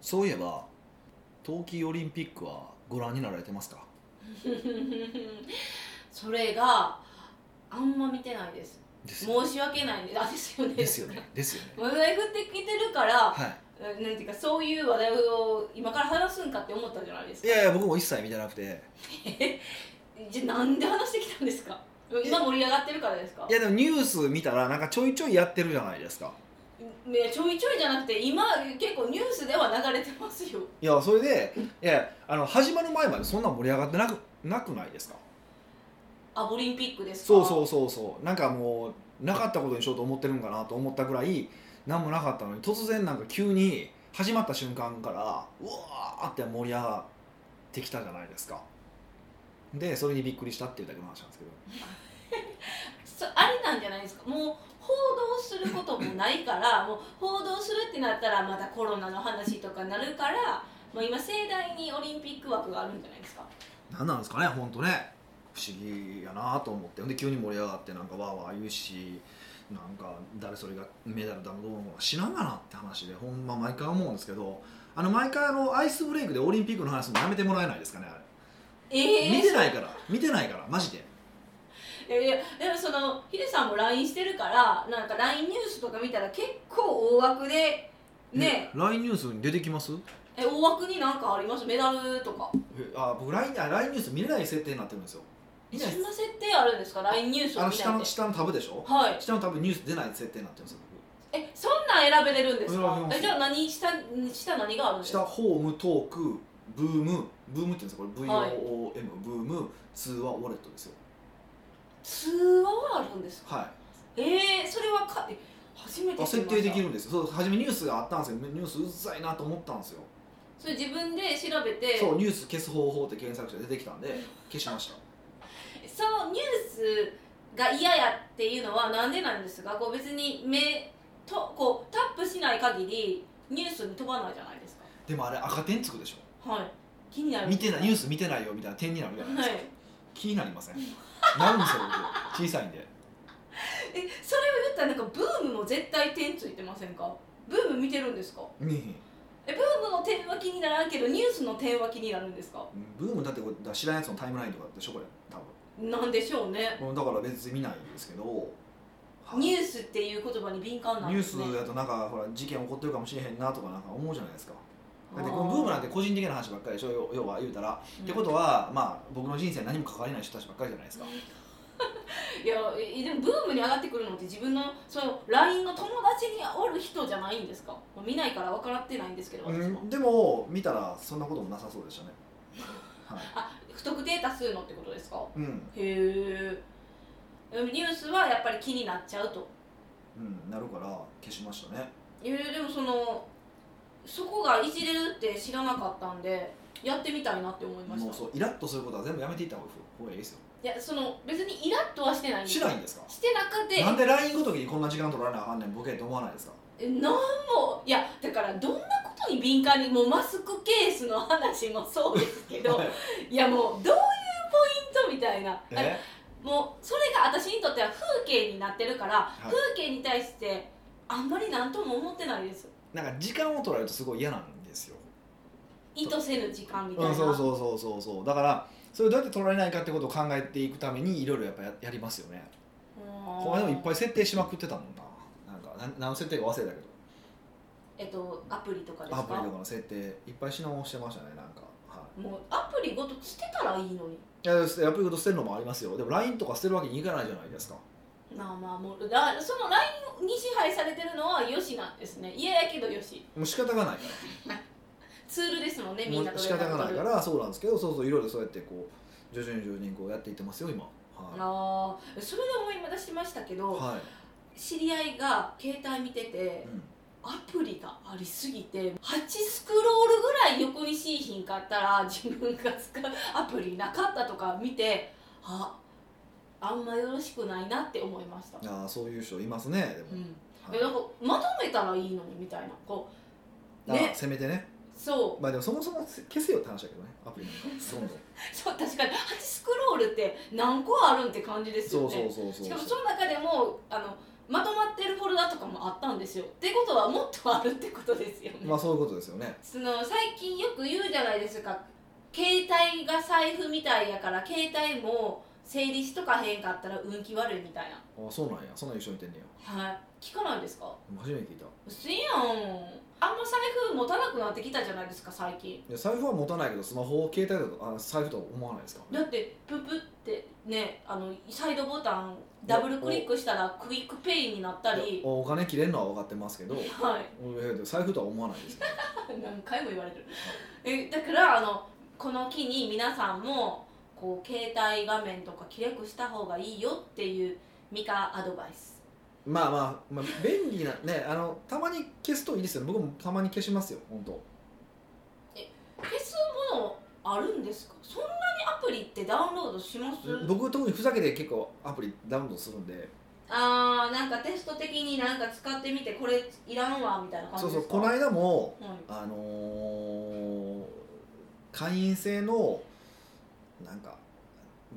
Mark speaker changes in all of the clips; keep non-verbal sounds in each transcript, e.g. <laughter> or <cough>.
Speaker 1: そういえば冬季オリンピックはご覧になられてますか
Speaker 2: <laughs> それがあんま見てないです
Speaker 1: ですよね
Speaker 2: 申し訳ないねあですよね
Speaker 1: <laughs> ですよねですよね
Speaker 2: 話題振ってきてるから
Speaker 1: は
Speaker 2: なんていうかそういう話題を今から話すんかって思ったんじゃないです
Speaker 1: いい
Speaker 2: か
Speaker 1: やいや僕も一切見てなくて
Speaker 2: じゃあなんで話してきたんですか今盛り上がってるからですか
Speaker 1: いやでもニュース見たらなんかちょいちょいやってるじゃないですか
Speaker 2: いやちょいちょいじゃなくて今結構ニュースでは流れてますよ
Speaker 1: いやそれでいやあの始まる前までそんな盛り上がってなくなくないですか
Speaker 2: あオリンピックですか
Speaker 1: そうそううそうそうなんかもうなかったことにしようと思ってるんかなと思ったぐらい何もなかったのに突然なんか急に始まった瞬間からうわーって盛り上がってきたじゃないですかでそれにびっくりしたっていうだけの話なんですけど
Speaker 2: そあれなんじゃないですかもう報道することもないから <laughs> もう報道するってなったらまたコロナの話とかなるからもう今盛大にオリンピック枠があるんじゃないですか
Speaker 1: 何なんですかね本当ね不思議やなと思ってほんで急に盛り上がってなんかわーわー言うしなんか誰それがメダルだのどうのこうの知らんがなって話でほんま毎回思うんですけどあの毎回あのアイスブレイクでオリンピックの話もやめてもらえないですかねあれ
Speaker 2: ええ
Speaker 1: 見てないから見てないからマジで
Speaker 2: いやいやでもそのヒデさんも LINE してるからなんか LINE ニュースとか見たら結構大枠でね
Speaker 1: LINE ニュースに出てきます
Speaker 2: え大枠になんかありますメダルとか
Speaker 1: あ僕 LINE, あ LINE ニュース見れない設定になってるんですよ
Speaker 2: そ
Speaker 1: 見
Speaker 2: ん
Speaker 1: ない
Speaker 2: な設定あるんですか LINE ニュース
Speaker 1: あの
Speaker 2: を見
Speaker 1: 下
Speaker 2: ない
Speaker 1: の
Speaker 2: で
Speaker 1: 下のタブでしょ
Speaker 2: はい
Speaker 1: 下のタブニュース出ない設定になってるんですよ
Speaker 2: えそんなん選べれるんです
Speaker 1: 選べ
Speaker 2: か
Speaker 1: ます
Speaker 2: えじゃあ何下下何があるん
Speaker 1: 僕
Speaker 2: ですか
Speaker 1: 下ホームトークブームブームって言うんですかこ
Speaker 2: は
Speaker 1: れ
Speaker 2: い
Speaker 1: VOOM、ブーム通話ウォレットですよ
Speaker 2: 通話はあるんですか
Speaker 1: は
Speaker 2: えー、それはかえ初め
Speaker 1: い
Speaker 2: て知り
Speaker 1: 設
Speaker 2: ました
Speaker 1: 定できるんですよそう初めニュースがあったんですよニュースうざいなと思ったんですよ、
Speaker 2: それ自分で調べて
Speaker 1: そうニュース消す方法って検索して出てきたんで消しま
Speaker 2: <laughs>
Speaker 1: した
Speaker 2: そのニュースが嫌やっていうのはなんでなんですかこう別に目とこうタップしない限りニュースに飛ばないじゃないです
Speaker 1: でもあれ赤点つくでしょ
Speaker 2: かはい気になる
Speaker 1: 見てないニュー
Speaker 2: ス
Speaker 1: ス見てないよみたいな点になるじゃないで
Speaker 2: は
Speaker 1: す
Speaker 2: い
Speaker 1: か、気になりませんなるんですよ僕小さいんで
Speaker 2: えそれを言ったらなんかブームも絶対点ついてませんかブーム見てるんですか
Speaker 1: 見えへん
Speaker 2: えブームの点は気にならんけどニュースの点は気になるんですか
Speaker 1: ブームだってこれだから知らんやつのタイムラインとかでしょこれ多
Speaker 2: なんでしょうね
Speaker 1: 分だから別に見ないんですけどはい
Speaker 2: ニュースっていう言葉に敏感なん
Speaker 1: ニュー
Speaker 2: です
Speaker 1: ス
Speaker 2: ね
Speaker 1: だとなんかほら事件起こってるかもしれへんなとかなんか思うじゃないですかだってこの
Speaker 2: あ
Speaker 1: ブームなんて個人的な話ばっかりでしょ要要は言うたら、ってことはまあ僕の人生に何も関わりない人たちばっかりじゃないですか
Speaker 2: いやえでもブームに上がってくるのって自分のその LINE の友達におる人じゃないんですかもう見ないから分からってないんですけど私も、
Speaker 1: でも見たらそんなこともなさそうでしたねはい、
Speaker 2: あ不特定多数のってことですか
Speaker 1: うん
Speaker 2: へえでもニュースはやっぱり気になっちゃうと
Speaker 1: うんなるから消しましたね
Speaker 2: いやでもそのそこがいじれるって知らなかったんでやってみたいなって思いまし
Speaker 1: もう
Speaker 2: た
Speaker 1: そうイラッとすることは全部やめていった方がいいですよ
Speaker 2: いやその別にイラッとはしてないんです
Speaker 1: しないんですか
Speaker 2: してなくて
Speaker 1: なんで LINE ごときにこんな時間取られなあかんねんボケって思わないですか
Speaker 2: えなんもいやだからどんなことに敏感にもうマスクケースの話もそうですけどいやもうどういうポイントみたいなあれ
Speaker 1: <laughs> え
Speaker 2: もうそれが私にとっては風景になってるから、
Speaker 1: い
Speaker 2: 風景に対してあんまり何とも思ってないです
Speaker 1: なんか時間を取られるとすごい嫌なんですよ、
Speaker 2: 意図せぬ時間みたい
Speaker 1: うん、
Speaker 2: な
Speaker 1: そうそうそうそうそうだからそれをどうやって取られないかってことを考えていくためにいろいろやっぱややりますよね
Speaker 2: うん
Speaker 1: これでもいっぱい設定しまくってたもんななんかな何の設定か忘れたけど
Speaker 2: えっとアプリとかです
Speaker 1: アプリと
Speaker 2: か
Speaker 1: かの設定いっぱいし直してましたねなんか、は
Speaker 2: もうアプリごと捨てたらいいのに
Speaker 1: い、いやアプリごと捨てるのもありますよでも LINE とか捨てるわけにいかないじゃないですか
Speaker 2: まあまあもうだその LINE に支配されてるのはよしなんですね嫌やけどよし
Speaker 1: もう仕方がないか
Speaker 2: ツールですもんね
Speaker 1: ら
Speaker 2: み
Speaker 1: も
Speaker 2: んな
Speaker 1: う
Speaker 2: と
Speaker 1: 仕
Speaker 2: 連絡
Speaker 1: 方
Speaker 2: 取る
Speaker 1: がないからそうなんですけどそうそういろいろそうやってこう徐々に徐々にこうやっていってますよ今はい、
Speaker 2: あーそれで思い出しましたけど、
Speaker 1: は
Speaker 2: 知り合いが携帯見て
Speaker 1: い
Speaker 2: て
Speaker 1: うん
Speaker 2: アプリがありすぎて8スクロールぐらい横にしいひんかったら <laughs> 自分が使うアプリなかったとか見てああんまよろしくないなって思いました、
Speaker 1: ああそういう人いますねでも、
Speaker 2: うん
Speaker 1: はい
Speaker 2: えなんかまとめたらいいのにみたいなこう
Speaker 1: ね
Speaker 2: ね、
Speaker 1: せめてね
Speaker 2: そう
Speaker 1: まあでもそもそも消せよって話だけどねアプリなんかどんどん
Speaker 2: そう <laughs> 確かに8スクロールって何個あるんって感じですよ
Speaker 1: そ
Speaker 2: ね
Speaker 1: うそうそうそう
Speaker 2: しかもその中でもあのまとまってるフォルダとかもあったんですよってことはもっとあるってことですよね、
Speaker 1: まあそういうことですよね
Speaker 2: その最近よく言うじゃないですか携帯が財布みたいやから携帯も整理しとかへんかったら運気悪いみたいな
Speaker 1: あそうなんやそんな一緒にいてんねや
Speaker 2: はい聞かないですか
Speaker 1: 初めて聞いた
Speaker 2: 薄いやんあんま財布持たなくなってきたじゃないですか最近
Speaker 1: いや財布は持たないけどスマホを携帯だとあ財布とは思わないですから
Speaker 2: だ
Speaker 1: ね
Speaker 2: ってププってねあのサイドボタンダブルクリックしたらクイックペイになった
Speaker 1: いや
Speaker 2: り
Speaker 1: お金切れるのは分かってますけど
Speaker 2: はい
Speaker 1: うん財布とは思わないですから
Speaker 2: 何回も言われてるえだからあのこの機に皆さんもこう携帯画面とかきれくした方がいいよっていうミカアドバイス
Speaker 1: <laughs> まあまあ、まあ、便利なねあのたまに消すといいですよね僕もたまに消しますよ本当
Speaker 2: 消すものあるんですかそんなにアプリってダウンロードします
Speaker 1: 僕特にふざけて結構アプリダウンロードするんで
Speaker 2: あーなんかテスト的になんか使ってみてこれいらんわみたいな感じ
Speaker 1: そう
Speaker 2: です
Speaker 1: そ
Speaker 2: か
Speaker 1: うこの間も
Speaker 2: はい
Speaker 1: あのー会員制のなんか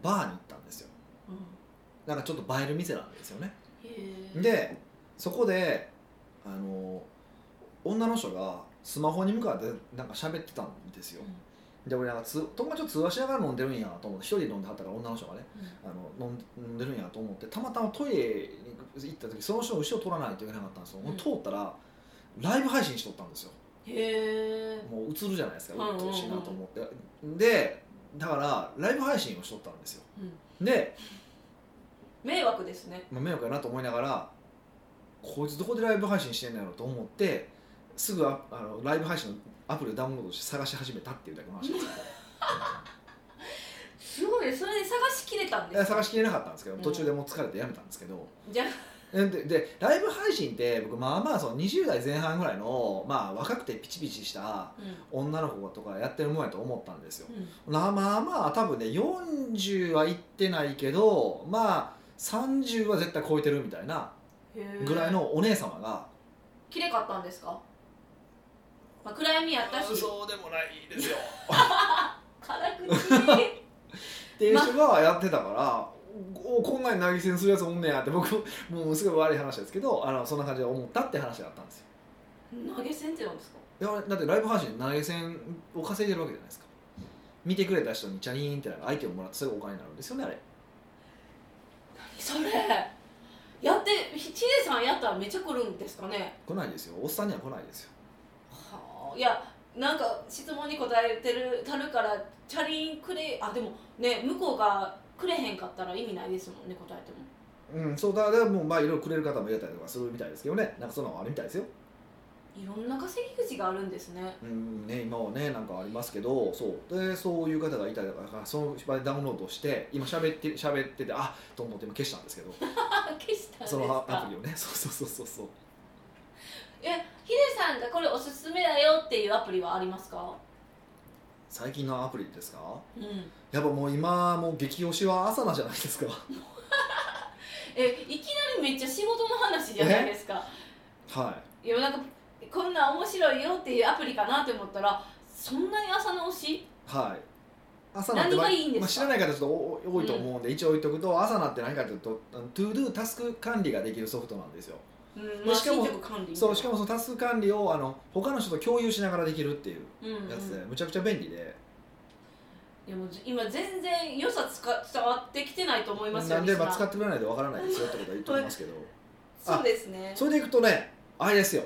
Speaker 1: バーに行ったんですよ
Speaker 2: う
Speaker 1: なんかちょっと映える店なんですよね
Speaker 2: んへー
Speaker 1: でそこであの女の人がスマホに向かってなんか喋ってたんですよ、で俺なんかつ友達と通話しながら飲んでるんやと思って一人で飲んではったから女の人がね
Speaker 2: うん
Speaker 1: あの飲ん飲んでるんやと思ってたまたまトイレに行った時その人の後ろを取らないといけなかったんですよ、
Speaker 2: うん
Speaker 1: 通ったらライブ配信しとったんですよ
Speaker 2: へえ
Speaker 1: もう映るじゃないですか
Speaker 2: うん
Speaker 1: うっ
Speaker 2: うんうん
Speaker 1: とうしいなと思って、でだからライブ配信をしとったんですよで、
Speaker 2: 迷惑ですね
Speaker 1: まあ、迷惑やなと思いながらこいつどこでライブ配信してんのやろと思ってすぐああのライブ配信のアプリをダウンロードして探し始めたっていうだけの話です
Speaker 2: すごいねそれで探しきれたん
Speaker 1: い
Speaker 2: で
Speaker 1: や
Speaker 2: すか
Speaker 1: 探しきれなかったんですけど途中でもう疲れてやめたんですけど、
Speaker 2: じゃあ
Speaker 1: ででライブ配信って僕まあまあその20代前半ぐらいの、まあ、若くてピチピチした
Speaker 2: う
Speaker 1: 女の子とかやってるもんやと思ったんですよ
Speaker 2: んうん
Speaker 1: まあまあまあ多分ね40はいってないけどまあ30は絶対超えてるみたいなぐらいのお姉様が
Speaker 2: 綺麗かったんですか、まあ、暗闇やったし
Speaker 1: そうでもないですよ
Speaker 2: 辛 <laughs> 口
Speaker 1: っていう人がやってたからおこんなに投げ銭するやつおんねやって僕もうすごい悪い話ですけどあのそんな感じで思ったって話だったんですよ
Speaker 2: 投げ銭ってなんですか
Speaker 1: いやだってライブ配信で投げ銭を稼いでるわけじゃないですか見てくれた人にチャリーンってなんかアイテムもらってそれがお金になるんですよねあれ
Speaker 2: それやってひちえさんやったらめっちゃ来るんですかね
Speaker 1: 来ないですよおっさんには来ないですよ
Speaker 2: はあいやなんか質問に答えてるたるからチャリンくれあでもね向こうがくれへんかったら意味ないですもんね答えても
Speaker 1: うんそうだからもうまあいろいろくれる方もいられたりとかするみたいですけどねなんかそんなのあるみたいですよ
Speaker 2: いろんな稼ぎ口があるんですね
Speaker 1: うんね今はねなんかありますけどそうでそういう方がいたりとかその場でダウンロードして今喋って喋っててあっと思って今消したんですけど
Speaker 2: あ消したんです
Speaker 1: そのア
Speaker 2: か
Speaker 1: プリを
Speaker 2: <laughs>
Speaker 1: ねそうそうそうそうそう
Speaker 2: いやヒデさんがこれおすすめだよっていうアプリはありますか
Speaker 1: 最近のアプリですか
Speaker 2: うん
Speaker 1: やっぱもう今もう激推しは朝なじゃないですか
Speaker 2: えいきなりめっちゃ仕事の話じゃないですか
Speaker 1: はい
Speaker 2: いやなんかこんなん面白いよっていうアプリかなって思ったらそんなに朝の推し
Speaker 1: はい。朝なって
Speaker 2: 何がいいんですか
Speaker 1: まあ、知らない方ちょっとおお多いと思うんで、一応置いとくと朝なって何かというとあの To Do タスク管理ができるソフトなんですよ、
Speaker 2: うんまあ
Speaker 1: しかも
Speaker 2: 進捗管理
Speaker 1: そうしかもそのタスク管理をあの他の人と共有しながらできるっていう
Speaker 2: うんうん
Speaker 1: やつで、むちゃくちゃ便利で、
Speaker 2: いやもう今全然良さつか伝わってきてないと思いますよ
Speaker 1: なんで、
Speaker 2: リスナ
Speaker 1: ま
Speaker 2: ー
Speaker 1: あ、使ってくれないとわからないですよってことは言っておりますけど
Speaker 2: そうですね
Speaker 1: それでいくとねあれですよ
Speaker 2: ん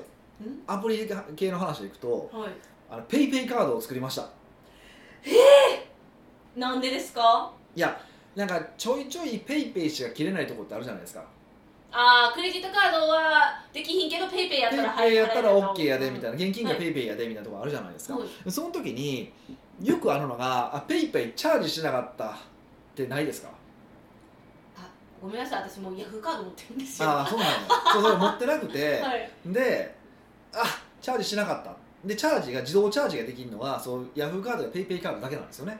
Speaker 1: アプリ系の話でいくと
Speaker 2: はい
Speaker 1: あのペイペイカードを作りました
Speaker 2: なんでですか
Speaker 1: いやなんかちょいちょいペイペイしか切れないとこってあるじゃないですか
Speaker 2: ああクレジットカードはできひんけどペイペイやっ
Speaker 1: ペイ
Speaker 2: たら
Speaker 1: ペイやったら OK やでみたい
Speaker 2: な
Speaker 1: な現金が
Speaker 2: はい
Speaker 1: ペイペイやでみたいなとこあるじゃないですか、
Speaker 2: はい
Speaker 1: その時によくあるのがあペイペイチャージしなかったってない
Speaker 2: <laughs>
Speaker 1: ですか
Speaker 2: あごめんなさい私もうヤフーカード持ってるんですよ
Speaker 1: ああそうなのそうそれ持ってなく
Speaker 2: <laughs>
Speaker 1: て、
Speaker 2: はい
Speaker 1: であチャージしなかったでチャージが自動チャージができるのはそうヤフーカードやペイペイカードだけなんですよね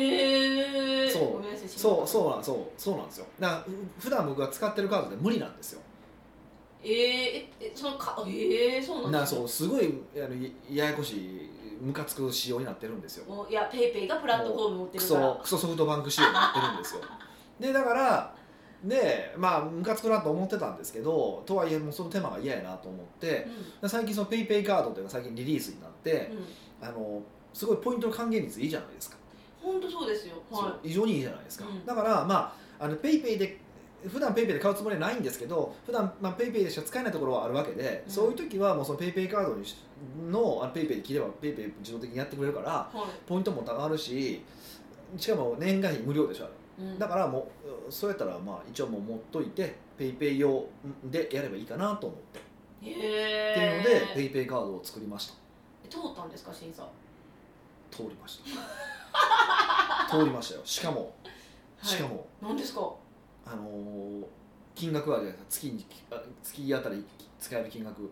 Speaker 2: へえ
Speaker 1: そう
Speaker 2: ごめんなさい
Speaker 1: そう
Speaker 2: う
Speaker 1: そうなんそうそうなんですよだからふ普段僕が使ってるカードで無理なんですよ
Speaker 2: えー、ええそのかえー、そうなん
Speaker 1: な
Speaker 2: ですか
Speaker 1: そうすごいあのやややこしいムカつく仕様になってるんですよ
Speaker 2: もういやペイペイがプラットフォーム持って
Speaker 1: ク
Speaker 2: るから
Speaker 1: ソ
Speaker 2: <laughs>
Speaker 1: クソソフトバンク仕様になってるんですよでだからでまあムカつくなと思ってたんですけどとはいえもうその手間が嫌やなと思ってで最近その PayPay カードっていうのが最近リリースになって
Speaker 2: う、ん、
Speaker 1: あのすごいポイントの還元率いいじゃないですか、
Speaker 2: 本当そうですよ。
Speaker 1: そ
Speaker 2: は
Speaker 1: う異常にいいじゃないですか、
Speaker 2: うん
Speaker 1: だからまああの PayPay で普段 PayPay で買うつもりはないんですけど普段まあ PayPay でしか使えないところはあるわけで、
Speaker 2: うん
Speaker 1: そういう時はもうその PayPay カードにしのあの PayPay で切れば PayPay 自動的にやってくれるから
Speaker 2: い。は
Speaker 1: ポイントもたまるししかも年会費無料でしょあれ
Speaker 2: い。うん
Speaker 1: だからもうそうやったらまあ一応もう持っといて PayPay 用でやればいいかなと思って、
Speaker 2: へ
Speaker 1: っ
Speaker 2: え。
Speaker 1: ていうので PayPay カードを作りました
Speaker 2: 通ったんですか審査。は
Speaker 1: 通りました通りましたよしかも
Speaker 2: い
Speaker 1: しか。も、
Speaker 2: 何ですか。
Speaker 1: あのー金額はじゃないですか月にあ月あたり使える金額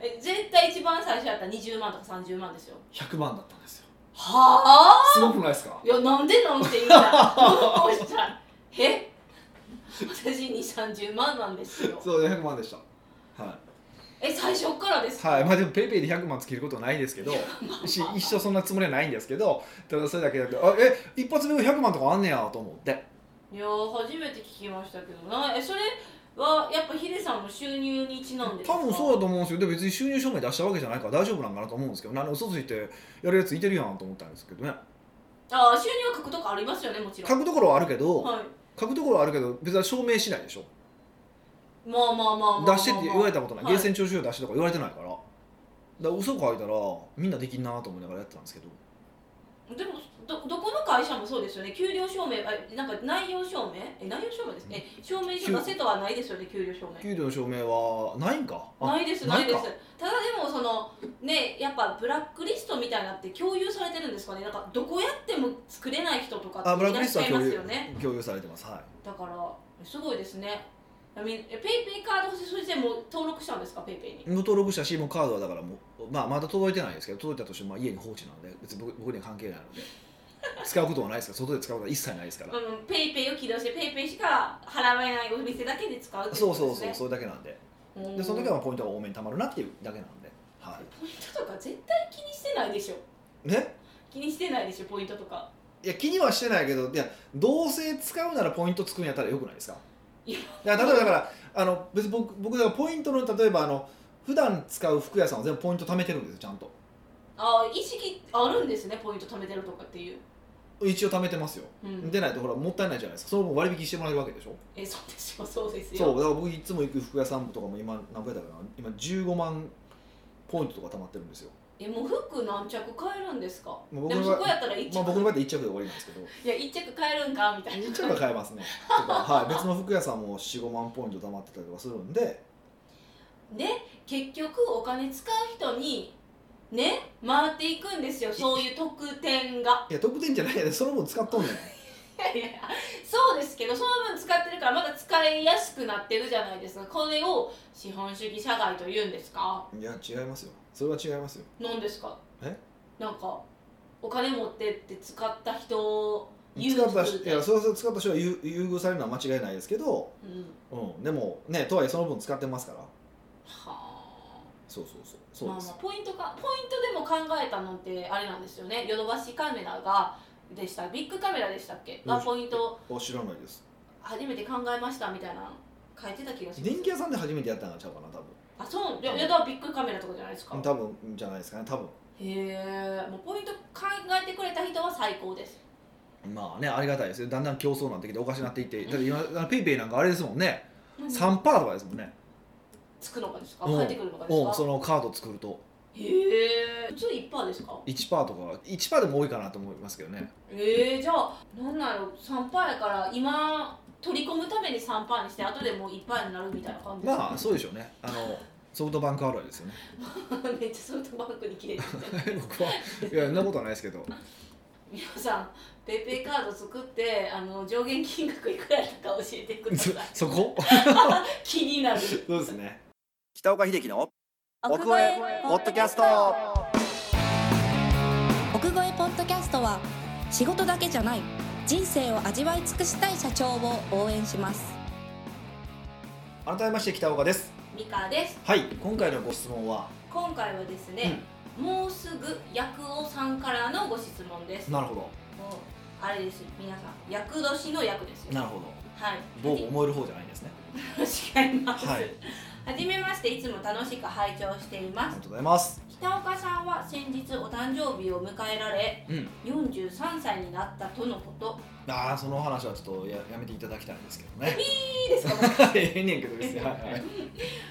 Speaker 2: え絶対一番最初やったら20万とか30万ですよ。
Speaker 1: 100万だったんですよ
Speaker 2: はあ。
Speaker 1: すごくないですか
Speaker 2: いやなんでなん <laughs> て言うた。どうしたら。え？私に30万なんですよ。
Speaker 1: そう100万でしたはい
Speaker 2: え最初っからですか。
Speaker 1: はいまあ、でもペイペイで100万つけることはないですけどし一生そんなつもりはないんですけどただそれだけだとあえ一発目100万とかあんねやと思って
Speaker 2: いやー初めて聞きましたけどなえそれはやっぱヒデさんの収入にちなんでですか
Speaker 1: 多分そうだと思うんですよで別に収入証明出したわけじゃないから大丈夫なんかなと思うんですけど何で嘘ついてやるやついてるやんと思ったんですけどね
Speaker 2: あー収入は書くとこありますよねもちろん
Speaker 1: 書くところはあるけど、
Speaker 2: はい
Speaker 1: 書くところはあるけど別に証明しないでしょ
Speaker 2: まあまあまあまあまあまあ
Speaker 1: 出してって言われたことない
Speaker 2: はい
Speaker 1: 源泉徴収票出してとか言われてないからだから嘘書いたらみんなできんなと思いながらやってたんですけど
Speaker 2: でもどどこの会社もそうですよね給料証明あなんか内容証明え内容証明ですね証明書出せとはないですよね給料証明
Speaker 1: 給料の証明はないんかあ
Speaker 2: ないですないです
Speaker 1: か
Speaker 2: ただでもそのねやっぱブラックリストみたいなって共有されてるんですかねなんかどこやっても作れない人とか
Speaker 1: あ
Speaker 2: っ
Speaker 1: ブ
Speaker 2: て
Speaker 1: ラック
Speaker 2: いらっ
Speaker 1: リス
Speaker 2: し
Speaker 1: ト
Speaker 2: ゃ
Speaker 1: はい
Speaker 2: ま
Speaker 1: 共
Speaker 2: す
Speaker 1: 有
Speaker 2: よね
Speaker 1: 共有されてますは
Speaker 2: だからすごいですねえみえペイペイカード欲しいそれでもう登録したんですかペイペイに
Speaker 1: いもう登録したしもうカードはだからもう、まあ、まだ届いてないですけど届いたとしてもまあ家に放置なので別に僕僕には関係ない
Speaker 2: <laughs>
Speaker 1: ので使うことはないですから外で使うことは一切ないですから
Speaker 2: うんペイペイを起動してペイペイしか払えないお店だけで使うって
Speaker 1: そ
Speaker 2: こ
Speaker 1: うそ
Speaker 2: と
Speaker 1: う
Speaker 2: です
Speaker 1: そう
Speaker 2: ね
Speaker 1: それだけなんで
Speaker 2: うん
Speaker 1: でその時はまあポイントが多めに貯まるなっていうだけなんでは
Speaker 2: ポイントとか絶対気にしてないでしょ
Speaker 1: いね
Speaker 2: 気にしてないでしょポイントとか
Speaker 1: いや気にはしてないけどいやどうせ使うならポイントつくんやったらよくないですか
Speaker 2: い
Speaker 1: だ
Speaker 2: や
Speaker 1: から例えばだからあの別に僕僕だからポイントの例えばあの普段使う服屋さんは全部ポイント貯めてるんですよちゃんと
Speaker 2: ああ意識あるんですねポイント貯めてるとかっていう、
Speaker 1: 一応貯めてますよ
Speaker 2: うん、
Speaker 1: でないとほらもったいないじゃないですかその分割引してもらえるわけでしょ
Speaker 2: えそうですよそうです
Speaker 1: そう
Speaker 2: よ
Speaker 1: だから僕いつも行く服屋さんとかも今何回だかな今15万ポイントとか貯まってるんですよ、
Speaker 2: えもう服何着買えるんですかで
Speaker 1: もう
Speaker 2: も
Speaker 1: 僕の
Speaker 2: そこやったら一着、
Speaker 1: まあ、僕の場合って1着で終わりなんですけ
Speaker 2: <laughs>
Speaker 1: ど
Speaker 2: いや一着買えるんかみたいな
Speaker 1: 1着は買えますねとか、はい、別の服屋さんも45万ポイント貯まってたりとかするんで
Speaker 2: で結局お金使う人にね回っていくんですよそういう特典が
Speaker 1: いや特典じゃないやでその分使っとんねん
Speaker 2: いやいやそうですけどその分使ってるからまだ使いやすくなってるじゃないですかこれを資本主義社会と言うんですか
Speaker 1: いや違いますよそれは違いますよ
Speaker 2: 何ですか
Speaker 1: え
Speaker 2: なんかお金持ってって使った人を
Speaker 1: 使った人いやそれは使った人は優優遇されるのは間違いないですけど、
Speaker 2: うん、
Speaker 1: うん、でもねとはいえその分使ってますから
Speaker 2: は
Speaker 1: そうそうそう
Speaker 2: あ
Speaker 1: そう
Speaker 2: まあ
Speaker 1: で、
Speaker 2: ますあポイントかポイントでも考えたのってあれなんですよねヨドバシカメラがでしたビッグカメラでしたっけがポイント
Speaker 1: お知らないです
Speaker 2: 初めて考えましたみたいなの書いてた気がします
Speaker 1: 電気屋さんで初めてやったんちゃうかな多分
Speaker 2: あそういやいやだからビッグカメラとかじゃないですかへ
Speaker 1: 多分じゃないですかね多分
Speaker 2: えもうポイント考えてくれた人は最高です
Speaker 1: まあねありがたいですよだんだん競争になってきておかしなっていってだって今あのペイペイなんかあれですもんね3%とかですもんね
Speaker 2: つくのかですか
Speaker 1: うん
Speaker 2: 帰ってくるのかで
Speaker 1: うんそ
Speaker 2: すか
Speaker 1: のカード作ると
Speaker 2: へえ普通1パーですか
Speaker 1: 1%とか1%でも多いかなと思いますけどね
Speaker 2: えー、じゃあなんなの3パーやから今取り込むために3パーにして後でもう1パーになるみたいな感じですか
Speaker 1: まあそうでしょうねあのソフトバンクあるあるですよね
Speaker 2: <laughs>
Speaker 1: <laughs>
Speaker 2: めっちゃソフトバンクに切れてる
Speaker 1: 僕はいやそんなことはないですけど
Speaker 2: 皆さんペイペイカード作ってあの上限金額いくらだか教えてくだ
Speaker 1: <laughs>
Speaker 2: さい
Speaker 1: そこ
Speaker 2: 気になる
Speaker 1: そうですね北岡秀樹の奥越えポッドキャスト
Speaker 3: 奥越えポッドキャストは仕事だけじゃない人生を味わい尽くしたい社長を応援します
Speaker 1: 改めまして北岡です
Speaker 2: ミカです
Speaker 1: はい今回のご質問は
Speaker 2: 今回はですね、もうすぐ薬王さんからのご質問です
Speaker 1: なるほど
Speaker 2: もうあれです皆さん厄年の厄ですよ
Speaker 1: なるほど
Speaker 2: はい
Speaker 1: 某思える方じゃないんですね
Speaker 2: <laughs> 違います、
Speaker 1: は
Speaker 2: はいじめましていつも楽しく拝聴してい
Speaker 1: あり
Speaker 2: ま
Speaker 1: が
Speaker 2: す
Speaker 1: とうございます
Speaker 2: 北岡さんは先日お誕生日を迎えられ
Speaker 1: うん
Speaker 2: 43歳になったとのこと
Speaker 1: ああその話はちょっとややめていただきたいんですけどね
Speaker 2: いいですか
Speaker 1: <laughs> ええねんけどですねはいはい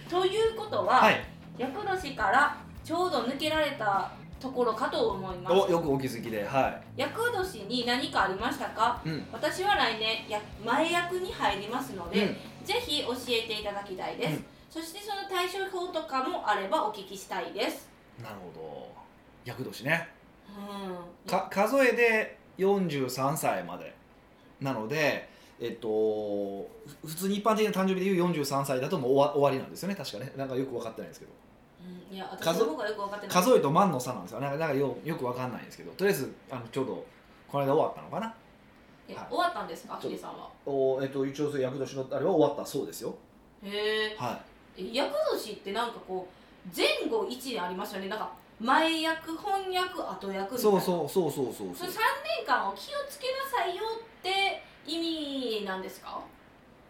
Speaker 2: ということは、
Speaker 1: はい
Speaker 2: 厄年からちょうど抜けられたところかと思います
Speaker 1: およくお気づきでは
Speaker 2: 厄年に何かありましたか
Speaker 1: いうん
Speaker 2: 私は来年や前役に入りますので、
Speaker 1: うん
Speaker 2: ぜひ教えていただきたいです、
Speaker 1: うん
Speaker 2: そしてその対処法とかもあればお聞きしたいです
Speaker 1: なるほど厄年ね
Speaker 2: うん
Speaker 1: か数えで43歳までなのでえっとふ普通に一般的な誕生日でいう43歳だともう終わ終わりなんですよね確かねなんかよく分かってないんですけど
Speaker 2: うんいや私
Speaker 1: 数
Speaker 2: の方がよく分かってない
Speaker 1: 数えと万の差なんですよなんかなんかよよく分かんないんですけどとりあえずあのちょうどこの間終わったのかな
Speaker 2: え
Speaker 1: はい
Speaker 2: 終わったんですか
Speaker 1: ちょ
Speaker 2: ヒデさんは
Speaker 1: おえっと一応そう厄年のあれは終わったそうですよ
Speaker 2: へ
Speaker 1: は
Speaker 2: え厄年ってなんかこう前後一年ありますよねなんか前役本役後役みたい
Speaker 1: い
Speaker 2: な
Speaker 1: そうそうそうそうそう
Speaker 2: そ
Speaker 1: そう
Speaker 2: の3年間を気をつけなさいよって意味なんですか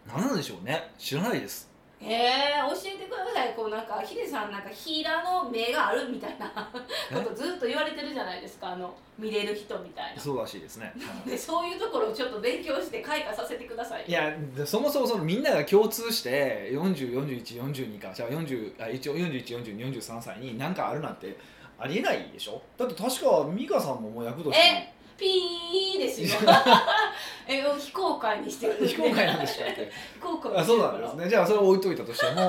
Speaker 1: 何なんでしょうね知らないです
Speaker 2: えー、教えてくださいこうなんかヒデさんなんかヒーラーの目があるみたいなことずっと言われてるじゃないですかあの見れる人みたいな
Speaker 1: そうらしいですね、
Speaker 2: でそういうところをちょっと勉強して開花させてください
Speaker 1: いやでそもそもそのみんなが共通して404142かじゃあ40あ一応414243歳に何かあるなんてありえないでしょだって確か美香さんももう役年 <laughs>
Speaker 2: えピーですよえ非公開にしてるんで
Speaker 1: 非公開なんでしょだって
Speaker 2: 非公開
Speaker 1: あそうなんです
Speaker 2: ね
Speaker 1: ねじゃあそれを置いといたとしてもいや、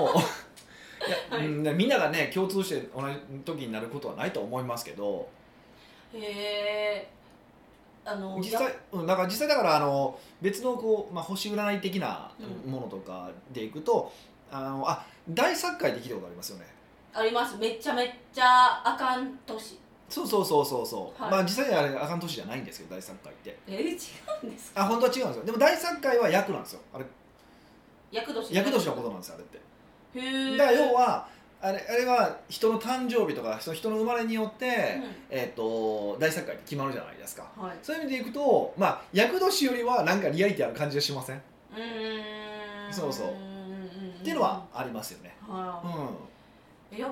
Speaker 2: はい
Speaker 1: うんねみんながね共通して同じ時になることはないと思いますけど
Speaker 2: へえあの
Speaker 1: 実際うんだから実際だからあの別のこう、まあ、星占い的な
Speaker 2: うん
Speaker 1: ものとかでいくと、あのあ大作界で聞いたことありますよね
Speaker 2: ありますめっちゃめっちゃあかん年
Speaker 1: そうそうそうそうそう、
Speaker 2: はい
Speaker 1: まあ実際にあれあかん年じゃないんですけど大作会って
Speaker 2: え違うんですか
Speaker 1: あ本当は違うんですよでも大作会は役なんですよあれ
Speaker 2: 厄年
Speaker 1: 役年のことなんですよあれって
Speaker 2: とへえ
Speaker 1: だから要はあれあれは人の誕生日とかその人の生まれによって、えっ、と大作会って決まるじゃないですか
Speaker 2: うんはい
Speaker 1: そういう意味でいくとまあ役年よりはなんかリアリティある感じがしません、
Speaker 2: うーん
Speaker 1: そうそうっていうのはありますよねう
Speaker 2: は
Speaker 1: ん
Speaker 2: い厄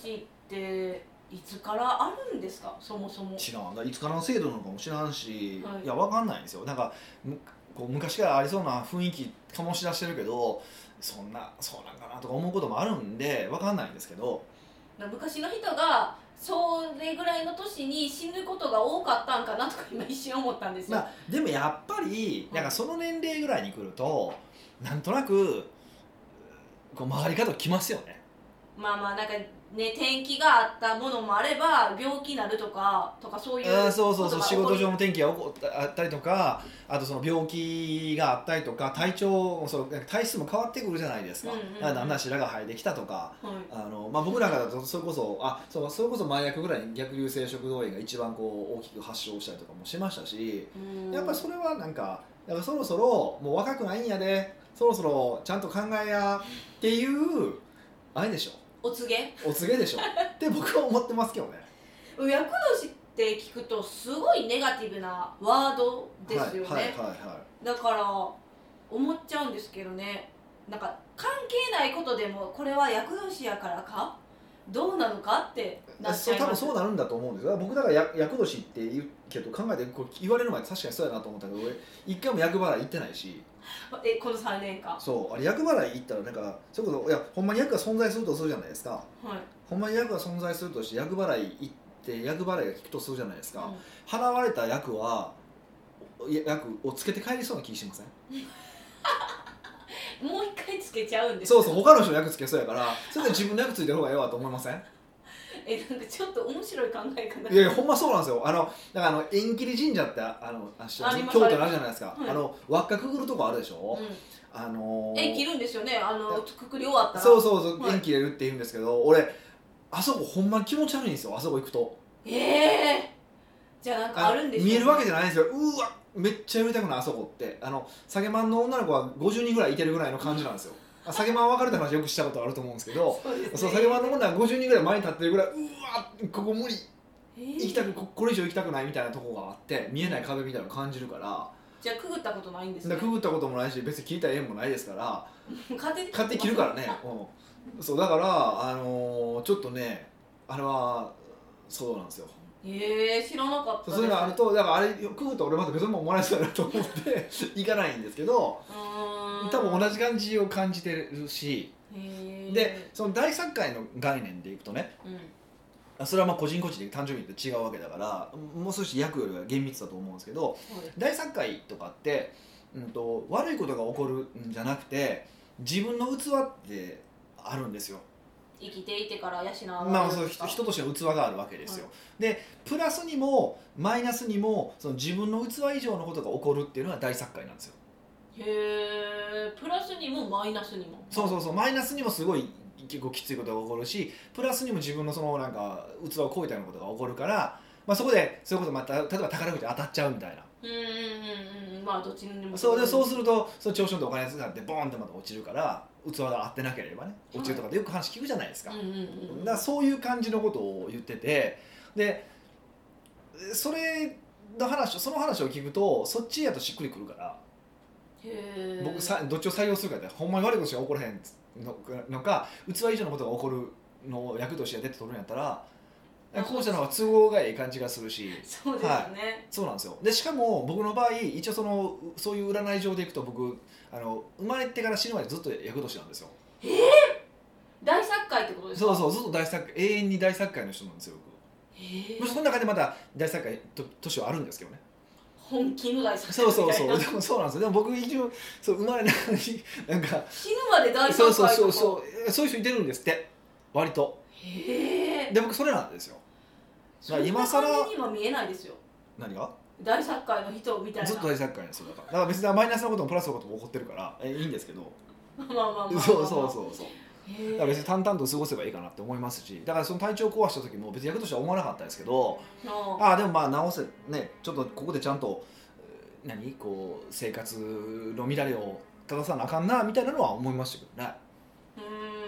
Speaker 2: 年っていつからあるんですかそもそも
Speaker 1: 知らんだからいつからの制度なのかも知らんし、、
Speaker 2: はいい
Speaker 1: やわかんないんですよなんかむこう昔からありそうな雰囲気醸し出してるけどそんなそうなんかなとか思うこともあるんでわかんないんですけど
Speaker 2: 昔の人がそれぐらいの年に死ぬことが多かったんかなとか今一瞬思ったんですよ、
Speaker 1: まあでもやっぱり
Speaker 2: はい
Speaker 1: なんかその年齢ぐらいに来るとなんとなくこう曲がり方きますよね
Speaker 2: まあまあなんかね天気があったものもあれば病気になるとかとかそういう
Speaker 1: あーそうそうそう仕事上
Speaker 2: も
Speaker 1: の天気が起こったあったりとかあとその病気があったりとか体調その体質も変わってくるじゃないですか、
Speaker 2: うんうんうん
Speaker 1: だからだんだん白が生えてきたとか
Speaker 2: はい
Speaker 1: あのまあ、僕らからだとそれこそあそうそれこそ麻薬ぐらいに逆流性食道炎が一番こう大きく発症したりとかもしましたし
Speaker 2: うん
Speaker 1: やっぱりそれはなんかやっぱそろそろもう若くないんやでそろそろちゃんと考えやっていうあれでしょ
Speaker 2: お告げ
Speaker 1: お告げ
Speaker 2: <laughs>
Speaker 1: でしょって僕は思ってますけどね
Speaker 2: 厄年って聞くとすごいネガティブなワードですよね、
Speaker 1: はいはいはいは
Speaker 2: だから思っちゃうんですけどねなんか関係ないことでもこれは厄年やからかどうなのかって
Speaker 1: い
Speaker 2: なっち
Speaker 1: そ
Speaker 2: ゃ
Speaker 1: う
Speaker 2: い
Speaker 1: 多
Speaker 2: ま
Speaker 1: 分
Speaker 2: す
Speaker 1: そうなるんだと思うんですよ僕だからや厄年って言うけど考えてこう言われる前確かにそうやなと思ったけど俺一回も厄払い行ってないし
Speaker 2: えこの3年間は
Speaker 1: そうあれ厄払い行ったらなんかそれこそいやほんまに厄が存在するとするじゃないですか
Speaker 2: い
Speaker 1: ほんまに役が存在するとして役払い行って役払いが効くとするじゃないですか、
Speaker 2: うん
Speaker 1: 払われた役はおいや役をつけて帰りそうな気しません
Speaker 2: もう一回つけちゃうんです
Speaker 1: そうそう他の人の役つけそうやからそれで自分の役ついてる方がええわと思いません
Speaker 2: <laughs>
Speaker 1: い
Speaker 2: えなんかちょっと面白い考え方
Speaker 1: やいやほんまそうなんですよあのだからあの縁切り神社ってああのあ知らん
Speaker 2: あります
Speaker 1: 京都にあるじゃないですか、
Speaker 2: はい
Speaker 1: あの輪っかくぐるとこあるでしょ、
Speaker 2: う
Speaker 1: あの
Speaker 2: ん、
Speaker 1: ー
Speaker 2: え切るんですよねあのくくり終わったら
Speaker 1: そうそうそう、
Speaker 2: はい
Speaker 1: 縁切れるって言うんですけど俺あそこほんまに気持ち悪いんですよあそこ行くと
Speaker 2: ええじゃあなんかあるんでしょう
Speaker 1: 見えるわけ
Speaker 2: で
Speaker 1: じゃないんですようわめっちゃやりたくないあそこってあの酒まんの女の子は50人ぐらいいてるぐらいの感じなんです
Speaker 2: <laughs>
Speaker 1: よあ酒まん分かるって話よくしたことあると思うんですけど
Speaker 2: そうですね
Speaker 1: そう酒まんの女は50人ぐらい前に立ってるぐらいうわここ無理行
Speaker 2: 行
Speaker 1: きたくここれ以上行きたくないみたいなとこがあって見えない壁みたいなのを感じるから
Speaker 2: じゃあくぐったことないんです
Speaker 1: だ
Speaker 2: ね
Speaker 1: からくぐったこともないし別に切りたい縁もないですから
Speaker 2: 勝手に
Speaker 1: 買って切るからね、うん、そうだから、あのーちょっとねあれはそうなんですよ
Speaker 2: ええ知らなかっ
Speaker 1: そ
Speaker 2: たで
Speaker 1: う
Speaker 2: す
Speaker 1: そういうのあるとだからあれ食うと俺また別のもんもらえそうやなと思って行かないんですけど
Speaker 2: うーん
Speaker 1: 多分同じ感じを感じてるし
Speaker 2: へー
Speaker 1: でその大作界の概念でいくとね
Speaker 2: うん
Speaker 1: それはまあ個人個人で誕生日って違うわけだからもう少し役よりは厳密だと思うんですけど
Speaker 2: そうです
Speaker 1: 大作界とかって、うん、と悪いことが起こるんじゃなくて自分の器ってあるんですよ
Speaker 2: 生きていてから養われる
Speaker 1: まあ、そう
Speaker 2: と
Speaker 1: 人
Speaker 2: か
Speaker 1: 人としての器があるわけですよ、でプラスにもマイナスにもその自分の器以上のことが起こるっていうのが大作界なんですよ
Speaker 2: へえプラスにもマイナスにも
Speaker 1: そうそうそうマイナスにもすごい結構きついことが起こるしプラスにも自分のそのなんか器を超えたようなことが起こるから、まあ、そこでそういうことまた例えば宝くじ当たっちゃうみたいな、
Speaker 2: うんうんうんうんまあどっちにも
Speaker 1: そうでそう
Speaker 2: う
Speaker 1: するとその調子のお金使ってボーンってまた落ちるから器が合ってなければね落ちるとかってよく話聞くじゃないですか、
Speaker 2: うんうんうん
Speaker 1: だからそういう感じのことを言っててでそれの話その話を聞くとそっちやとしっくりくるから
Speaker 2: へえ
Speaker 1: 僕さどっちを採用するかってほんまに悪いことしか起こらへんののか器以上のことが起こるのを役として出て取るんやったら
Speaker 2: あ
Speaker 1: 後者の方が都合がいい感じがするし
Speaker 2: そうですよね
Speaker 1: そうなんですよでしかも僕の場合一応そのうそういう占い上でいくと僕あの生まれてから死ぬまでずっと役年なんですよ
Speaker 2: 大作界ってことですか
Speaker 1: そうそうずっと大作永遠に大作界の人なんですよ僕
Speaker 2: へえ
Speaker 1: その中でまた大作会と年はあるんです <laughs> けどね
Speaker 2: 本気の大作界
Speaker 1: そうそう
Speaker 2: み
Speaker 1: そ
Speaker 2: たいうな
Speaker 1: でもそうなんですよでも僕一応そう生まれなのになんか
Speaker 2: 死ぬまで大作界と
Speaker 1: そう
Speaker 2: か
Speaker 1: そうそうそうそういう人いてるんですって割と
Speaker 2: へえ
Speaker 1: で僕それなんですよ
Speaker 2: そん
Speaker 1: 今
Speaker 2: な
Speaker 1: 更
Speaker 2: 感じには見えないですよ
Speaker 1: 何が
Speaker 2: 大作界の人みたいな
Speaker 1: ずっと大作会なんですよだからだから別にマイナスなこともプラスなことも起こってるからえいいんですけど
Speaker 2: まあまあまあまあまあ
Speaker 1: そうそうそうそう
Speaker 2: へ
Speaker 1: だ
Speaker 2: え
Speaker 1: から別に淡々と過ごせばいいかなって思いますしだからその体調を壊した時も別に役としては思わなかったですけど
Speaker 2: うん
Speaker 1: ああでもまあ直せねちょっとここでちゃんとえー何こう生活の乱れを正さなあかんなみたいなのは思いましたけどね
Speaker 2: う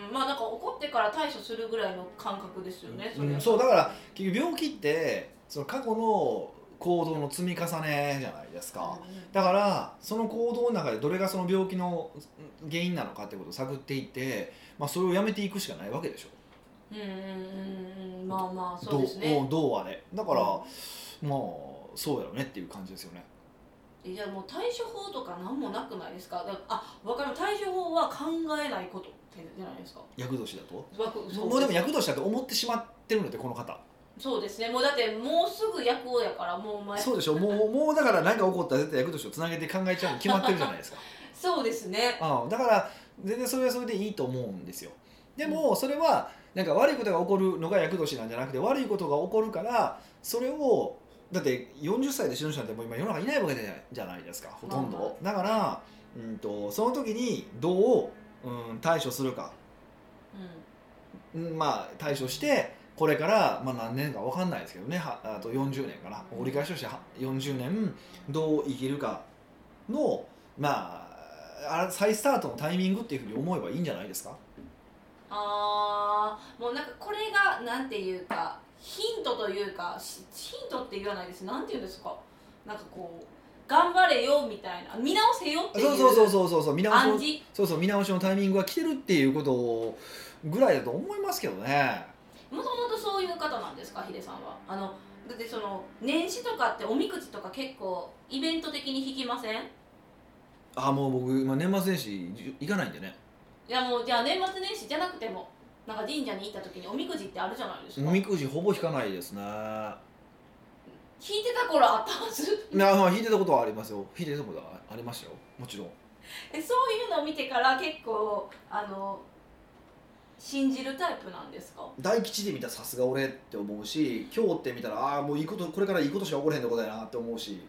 Speaker 2: ーんまあなんか怒ってから対処するぐらいの感覚ですよね、それ
Speaker 1: うんそうだから結局病気ってその過去の行動の積み重ねじゃないですか、だからその行動の中でどれがその病気のうん原因なのかってことを探っていって、まあ、それをやめていくしかないわけでしょ
Speaker 2: うんうんうんうんまあまあそうです
Speaker 1: どう
Speaker 2: ね
Speaker 1: うんどうあれだから、まあそうだよねっていう感じですよね
Speaker 2: えじゃあもう対処法とか何もなくないですかだからあわかる対処法は考えないことってじゃないですか
Speaker 1: 厄年だと
Speaker 2: わくそう
Speaker 1: もうでも厄年だと思ってしまってるのでこの方
Speaker 2: そうですねもうだってもうすぐ役をやからもうお前
Speaker 1: そうでしょもうもうだから何か起こったら絶対役としてつなげて考えちゃうの決まってるじゃない <laughs> ですか、
Speaker 2: そうですね
Speaker 1: うん、だから全然それはそれでいいと思うんですよでもそれはなんか悪いことが起こるのが役年なんじゃなくて悪いことが起こるからそれをだって40歳で死ぬ人なんてもう今世の中いないわけじゃないですかほとんど、だから、うん、とその時にどう、うん、対処するか、
Speaker 2: う
Speaker 1: うんまあ対処してこれから、まあ、何年か分かんないですけどねはあと40年かな折り返しとしては40年どう生きるかのまああ再スタートのタイミングっていうふうに思えばいいんじゃないですか
Speaker 2: んあーもうなんかこれがなんていうかヒントというかしヒントって言わないですなんていうんですかなんかこう頑張れよみたいな見直せよっていう
Speaker 1: そうそうそうそうそうそう見直し
Speaker 2: 暗
Speaker 1: の
Speaker 2: 示
Speaker 1: そうそう見直しのタイミングが来てるっていうことぐらいだと思いますけどね
Speaker 2: もともとそういう方なんですかヒデさんはあのだってその年始とかっておみくじとか結構イベント的に引きません
Speaker 1: あもう僕、まあ、年末年始じ行かないんでね
Speaker 2: いやもうじゃあ年末年始じゃなくてもなんか神社に行った時におみくじってあるじゃないです
Speaker 1: お
Speaker 2: か
Speaker 1: みくじほぼ引かないですねい
Speaker 2: 引いてた頃あったはず
Speaker 1: やまあ引いてたことはありますよ引いてたことはありましたよもちろん
Speaker 2: えそういうのを見てから結構あの信じるタイプなんですか
Speaker 1: 大吉で見たらさすが俺って思うし今日って見たらああもういいことこれからいいことしか起こらへんってことやなって思うし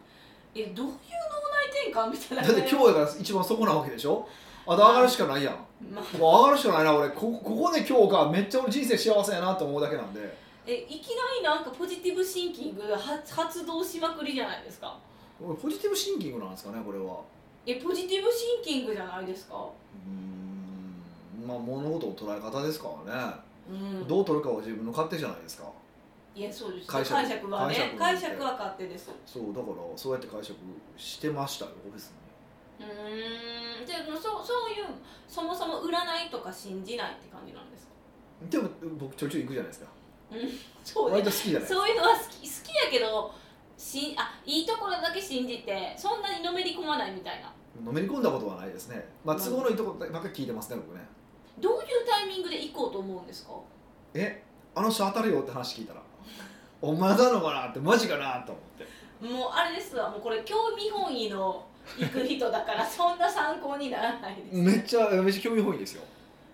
Speaker 2: えどういう脳内転換みたい
Speaker 1: だ
Speaker 2: な
Speaker 1: って今日やから一番そこなわけでしょあと上がるしかないやん
Speaker 2: <laughs> まあ
Speaker 1: もう上がるしかないな俺ここここで今日がめっちゃ俺人生幸せやなと思うだけなんで
Speaker 2: えいきなりなんかポジティブシンキングは発動しまくりじゃないですか
Speaker 1: 俺ポジティブシンキングなんですかねこれは
Speaker 2: えポジティブシンキングじゃないですか
Speaker 1: うーんまあ物事の捉え方ですからね
Speaker 2: うん
Speaker 1: どう取るかは自分の勝手じゃないですか
Speaker 2: いやそうです
Speaker 1: 解
Speaker 2: 解
Speaker 1: 釈
Speaker 2: 釈はね
Speaker 1: 解
Speaker 2: 解
Speaker 1: 釈
Speaker 2: 釈は勝手です
Speaker 1: そうだからそうやって解釈してましたよ別に
Speaker 2: うーんじゃあもうそうそういうそもそも占いとか信じないって感じなんですか
Speaker 1: でも僕ちょいちょい行くじゃないですか
Speaker 2: そう
Speaker 1: 割
Speaker 2: ね
Speaker 1: と好きじゃない
Speaker 2: そういうのは好き好きやけどしあいいところだけ信じてそんなにのめり込まないみたいな
Speaker 1: のめり込んだことはないですねまあ都合のいいとこばっかり聞いてますね僕ね
Speaker 2: どういうタイミングで行こうと思うんですか
Speaker 1: えあの人当たるよって話聞いたら <laughs> お前なのかなってマジかなと思って
Speaker 2: もうあれですわもうこれ興味本位の行く人だから <laughs> そんな参考にならないです
Speaker 1: めっちゃめっちゃ興味本位ですよ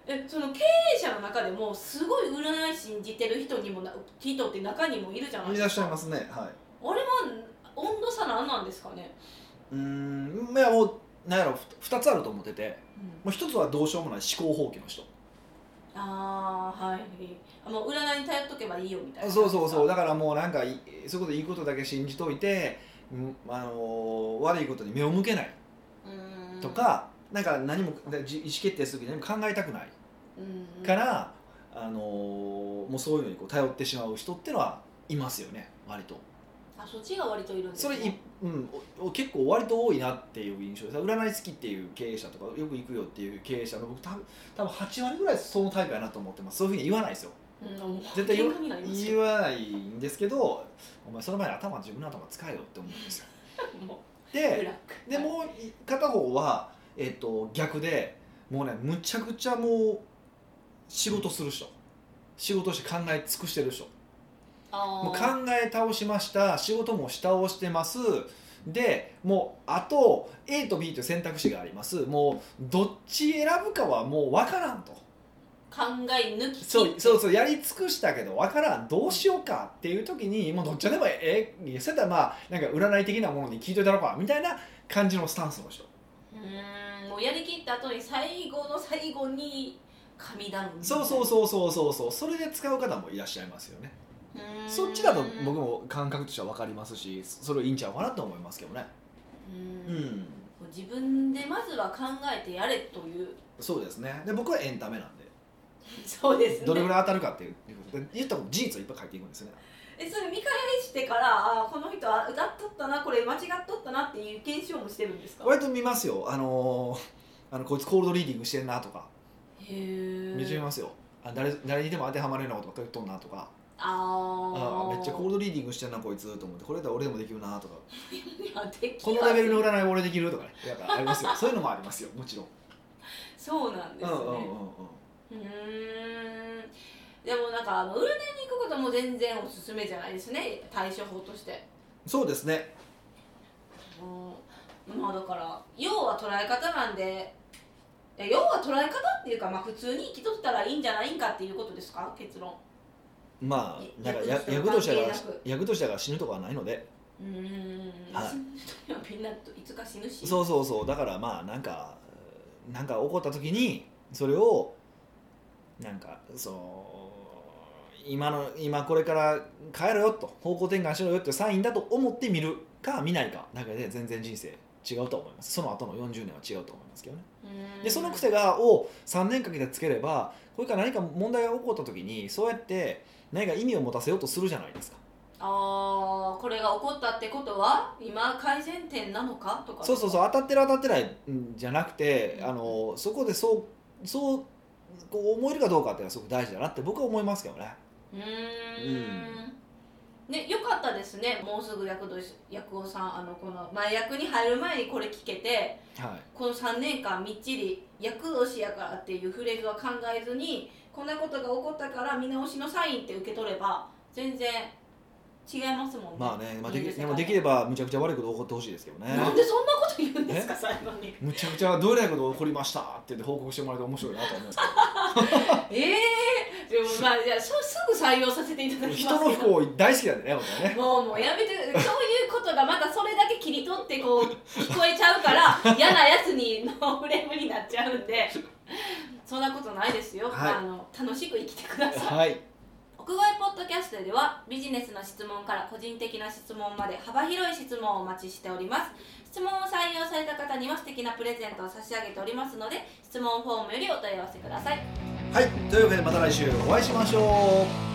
Speaker 2: えその経営者の中でもすごい占い信じてる人にもな人って中にもいるじゃない
Speaker 1: い
Speaker 2: で
Speaker 1: らっ
Speaker 2: す
Speaker 1: しゃい
Speaker 2: か
Speaker 1: ますねはい
Speaker 2: あれは温度差なんなんですかね、
Speaker 1: うーんいやもうなんやろふ2つあると思っててもう一つはどうしようもない思考放棄の人
Speaker 2: ああはいあもう占いに頼っとけばいいよみたいな
Speaker 1: そうそうそう
Speaker 2: だ
Speaker 1: だからもうなんかいそういうこといいことだけ信じといて、うんあのー悪いことに目を向けないとか、なんか何もでじ意思決定する時何も考えたくないから、あのーもうそういうのにこう頼ってしまう人ってのはいますよね割と
Speaker 2: あそっちが割といるんです
Speaker 1: そ
Speaker 2: ね
Speaker 1: れい、うん、おお結構割と多いなっていう印象です占い好きっていう経営者とかよく行くよっていう経営者の僕多分多分8割ぐらいそのタイプやなと思ってますそういうふうに言わないですよ
Speaker 2: うん、もう
Speaker 1: 絶対言わ
Speaker 2: 喧嘩になります
Speaker 1: 言
Speaker 2: よ
Speaker 1: わないんですけどお前その前に頭自分の頭使えよって思うんですよ
Speaker 2: もうブ
Speaker 1: で
Speaker 2: ラック
Speaker 1: でもう片方は、えっと逆でもうねむちゃくちゃもう仕事する人仕事して考え尽くしてる人もう考
Speaker 2: あ
Speaker 1: え倒しました仕事も下をしてますでもうあと A と B という選択肢がありますもうどっち選ぶかはもう分からんと
Speaker 2: ー考え抜き
Speaker 1: そうそうそうやり尽くしたけど分からんどうしようかっていう時にもうどっちでもええそれやったらまあなんか占い的なものに聞いといたのかみたいな感じのスタンスの人
Speaker 2: うーんもうやりきった後に最後の最後に神頼み
Speaker 1: そうそうそうそうそうそうそれで使う方もいらっしゃいますよね
Speaker 2: うーん
Speaker 1: そっちだと僕も感覚としては分かりますしそれいいんちゃうかなと思いますけどね
Speaker 2: う
Speaker 1: うん
Speaker 2: も
Speaker 1: ん
Speaker 2: う自分でまずは考えてやれという
Speaker 1: そうですねで僕はエンタメなんで
Speaker 2: そうですね
Speaker 1: どれぐらい当たるかっていうことで言ったこと事実をいっぱい書いていくんですね
Speaker 2: えそれ見返してからあーこの人あ歌っとったなこれ間違っとったなっていう検証もしてるんですか
Speaker 1: 割と見ますよあのーあのこいつコールドリーディングしてんなとか
Speaker 2: へえ
Speaker 1: 見ちゃいますよあ誰誰にでも当てはまるようなことばっかり言っとんなとか
Speaker 2: あ
Speaker 1: あ
Speaker 2: ー
Speaker 1: めっちゃコールドリーディングしてんなこいつと思ってこれだったら俺でもできるなとか
Speaker 2: いやでき
Speaker 1: こ
Speaker 2: は
Speaker 1: のレベルの占い俺できるとかねやっぱあり
Speaker 2: <laughs>
Speaker 1: ますよそういうのもありますよもちろん
Speaker 2: そうなんです
Speaker 1: う
Speaker 2: ね
Speaker 1: んうんうんうん
Speaker 2: うーんでもなんかもう占いに行くことも全然おすすめじゃないですね対処法として
Speaker 1: そうですね
Speaker 2: うんまあだから要は捉え方なんでえ要は捉え方っていうか、まあ、普通に生きとったらいいんじゃないんかっていうことですか結論
Speaker 1: まあなんかや役
Speaker 2: 役
Speaker 1: と
Speaker 2: と
Speaker 1: し
Speaker 2: してては
Speaker 1: は
Speaker 2: 関係なく
Speaker 1: 役としては死ぬとかはないので
Speaker 2: うーん、 <laughs>
Speaker 1: はい
Speaker 2: 死ぬ人にはみんなといつか死ぬし
Speaker 1: そうそうそうだからまあなんかなんか起こった時にそれをなんかそう今の今これから変えろよと方向転換しろよっていうサインだと思って見るか見ないかだけで全然人生違うと思いますその後の40年は違うと思いますけどね
Speaker 2: うーん
Speaker 1: でその癖がを3年かけてつければこれから何か問題が起こった時にそうやって何か意味を持たせようとするじゃないですか
Speaker 2: ああこれが起こったってことは今改善点なのかとか
Speaker 1: そうそう
Speaker 2: う
Speaker 1: そう当たってる当たってないんじゃなくて
Speaker 2: うん
Speaker 1: あのそこでそうそうこう思えるかどうかっていうのはすごく大事だなって僕は思いますけどね
Speaker 2: うーんね、よかったですねもうすぐ役ど役をさんあのこの前役に入る前にこれ聞けて
Speaker 1: は
Speaker 2: この3年間みっちり役年やからっていうフレーズは考えずにこんなことが起こったから見直しのサインって受け取れば全然違いますもんね
Speaker 1: いまあね、まあ、で
Speaker 2: いい
Speaker 1: き
Speaker 2: す
Speaker 1: でもできればむちゃくちゃ悪いこと起こってほしいですけどね
Speaker 2: なんでそんなこと言うんですか最後に
Speaker 1: むちゃくちゃどえらいこと起こりましたって言って報告してもらえて面白いなと思うんです
Speaker 2: <laughs> ええでもまあじゃあそすぐ採用させていた
Speaker 1: け
Speaker 2: だ
Speaker 1: ど
Speaker 2: きます
Speaker 1: 人の不
Speaker 2: けど
Speaker 1: 幸大好きなんでね僕は
Speaker 2: <laughs>
Speaker 1: ね
Speaker 2: もうもうやめてそういうことがまたそれだけ切り取ってこう聞こえちゃうから嫌なやつにのフレームになっちゃうんでそんなことないですよ、
Speaker 1: はい
Speaker 2: あの楽しく生きてください
Speaker 1: はい
Speaker 2: 屋外ポッドキャストではビジネスの質問から個人的な質問まで幅広い質問をお待ちしております質問を採用された方には素敵なプレゼントを差し上げておりますので質問フォームよりお問い合わせください
Speaker 1: はいというわけでまた来週お会いしましょう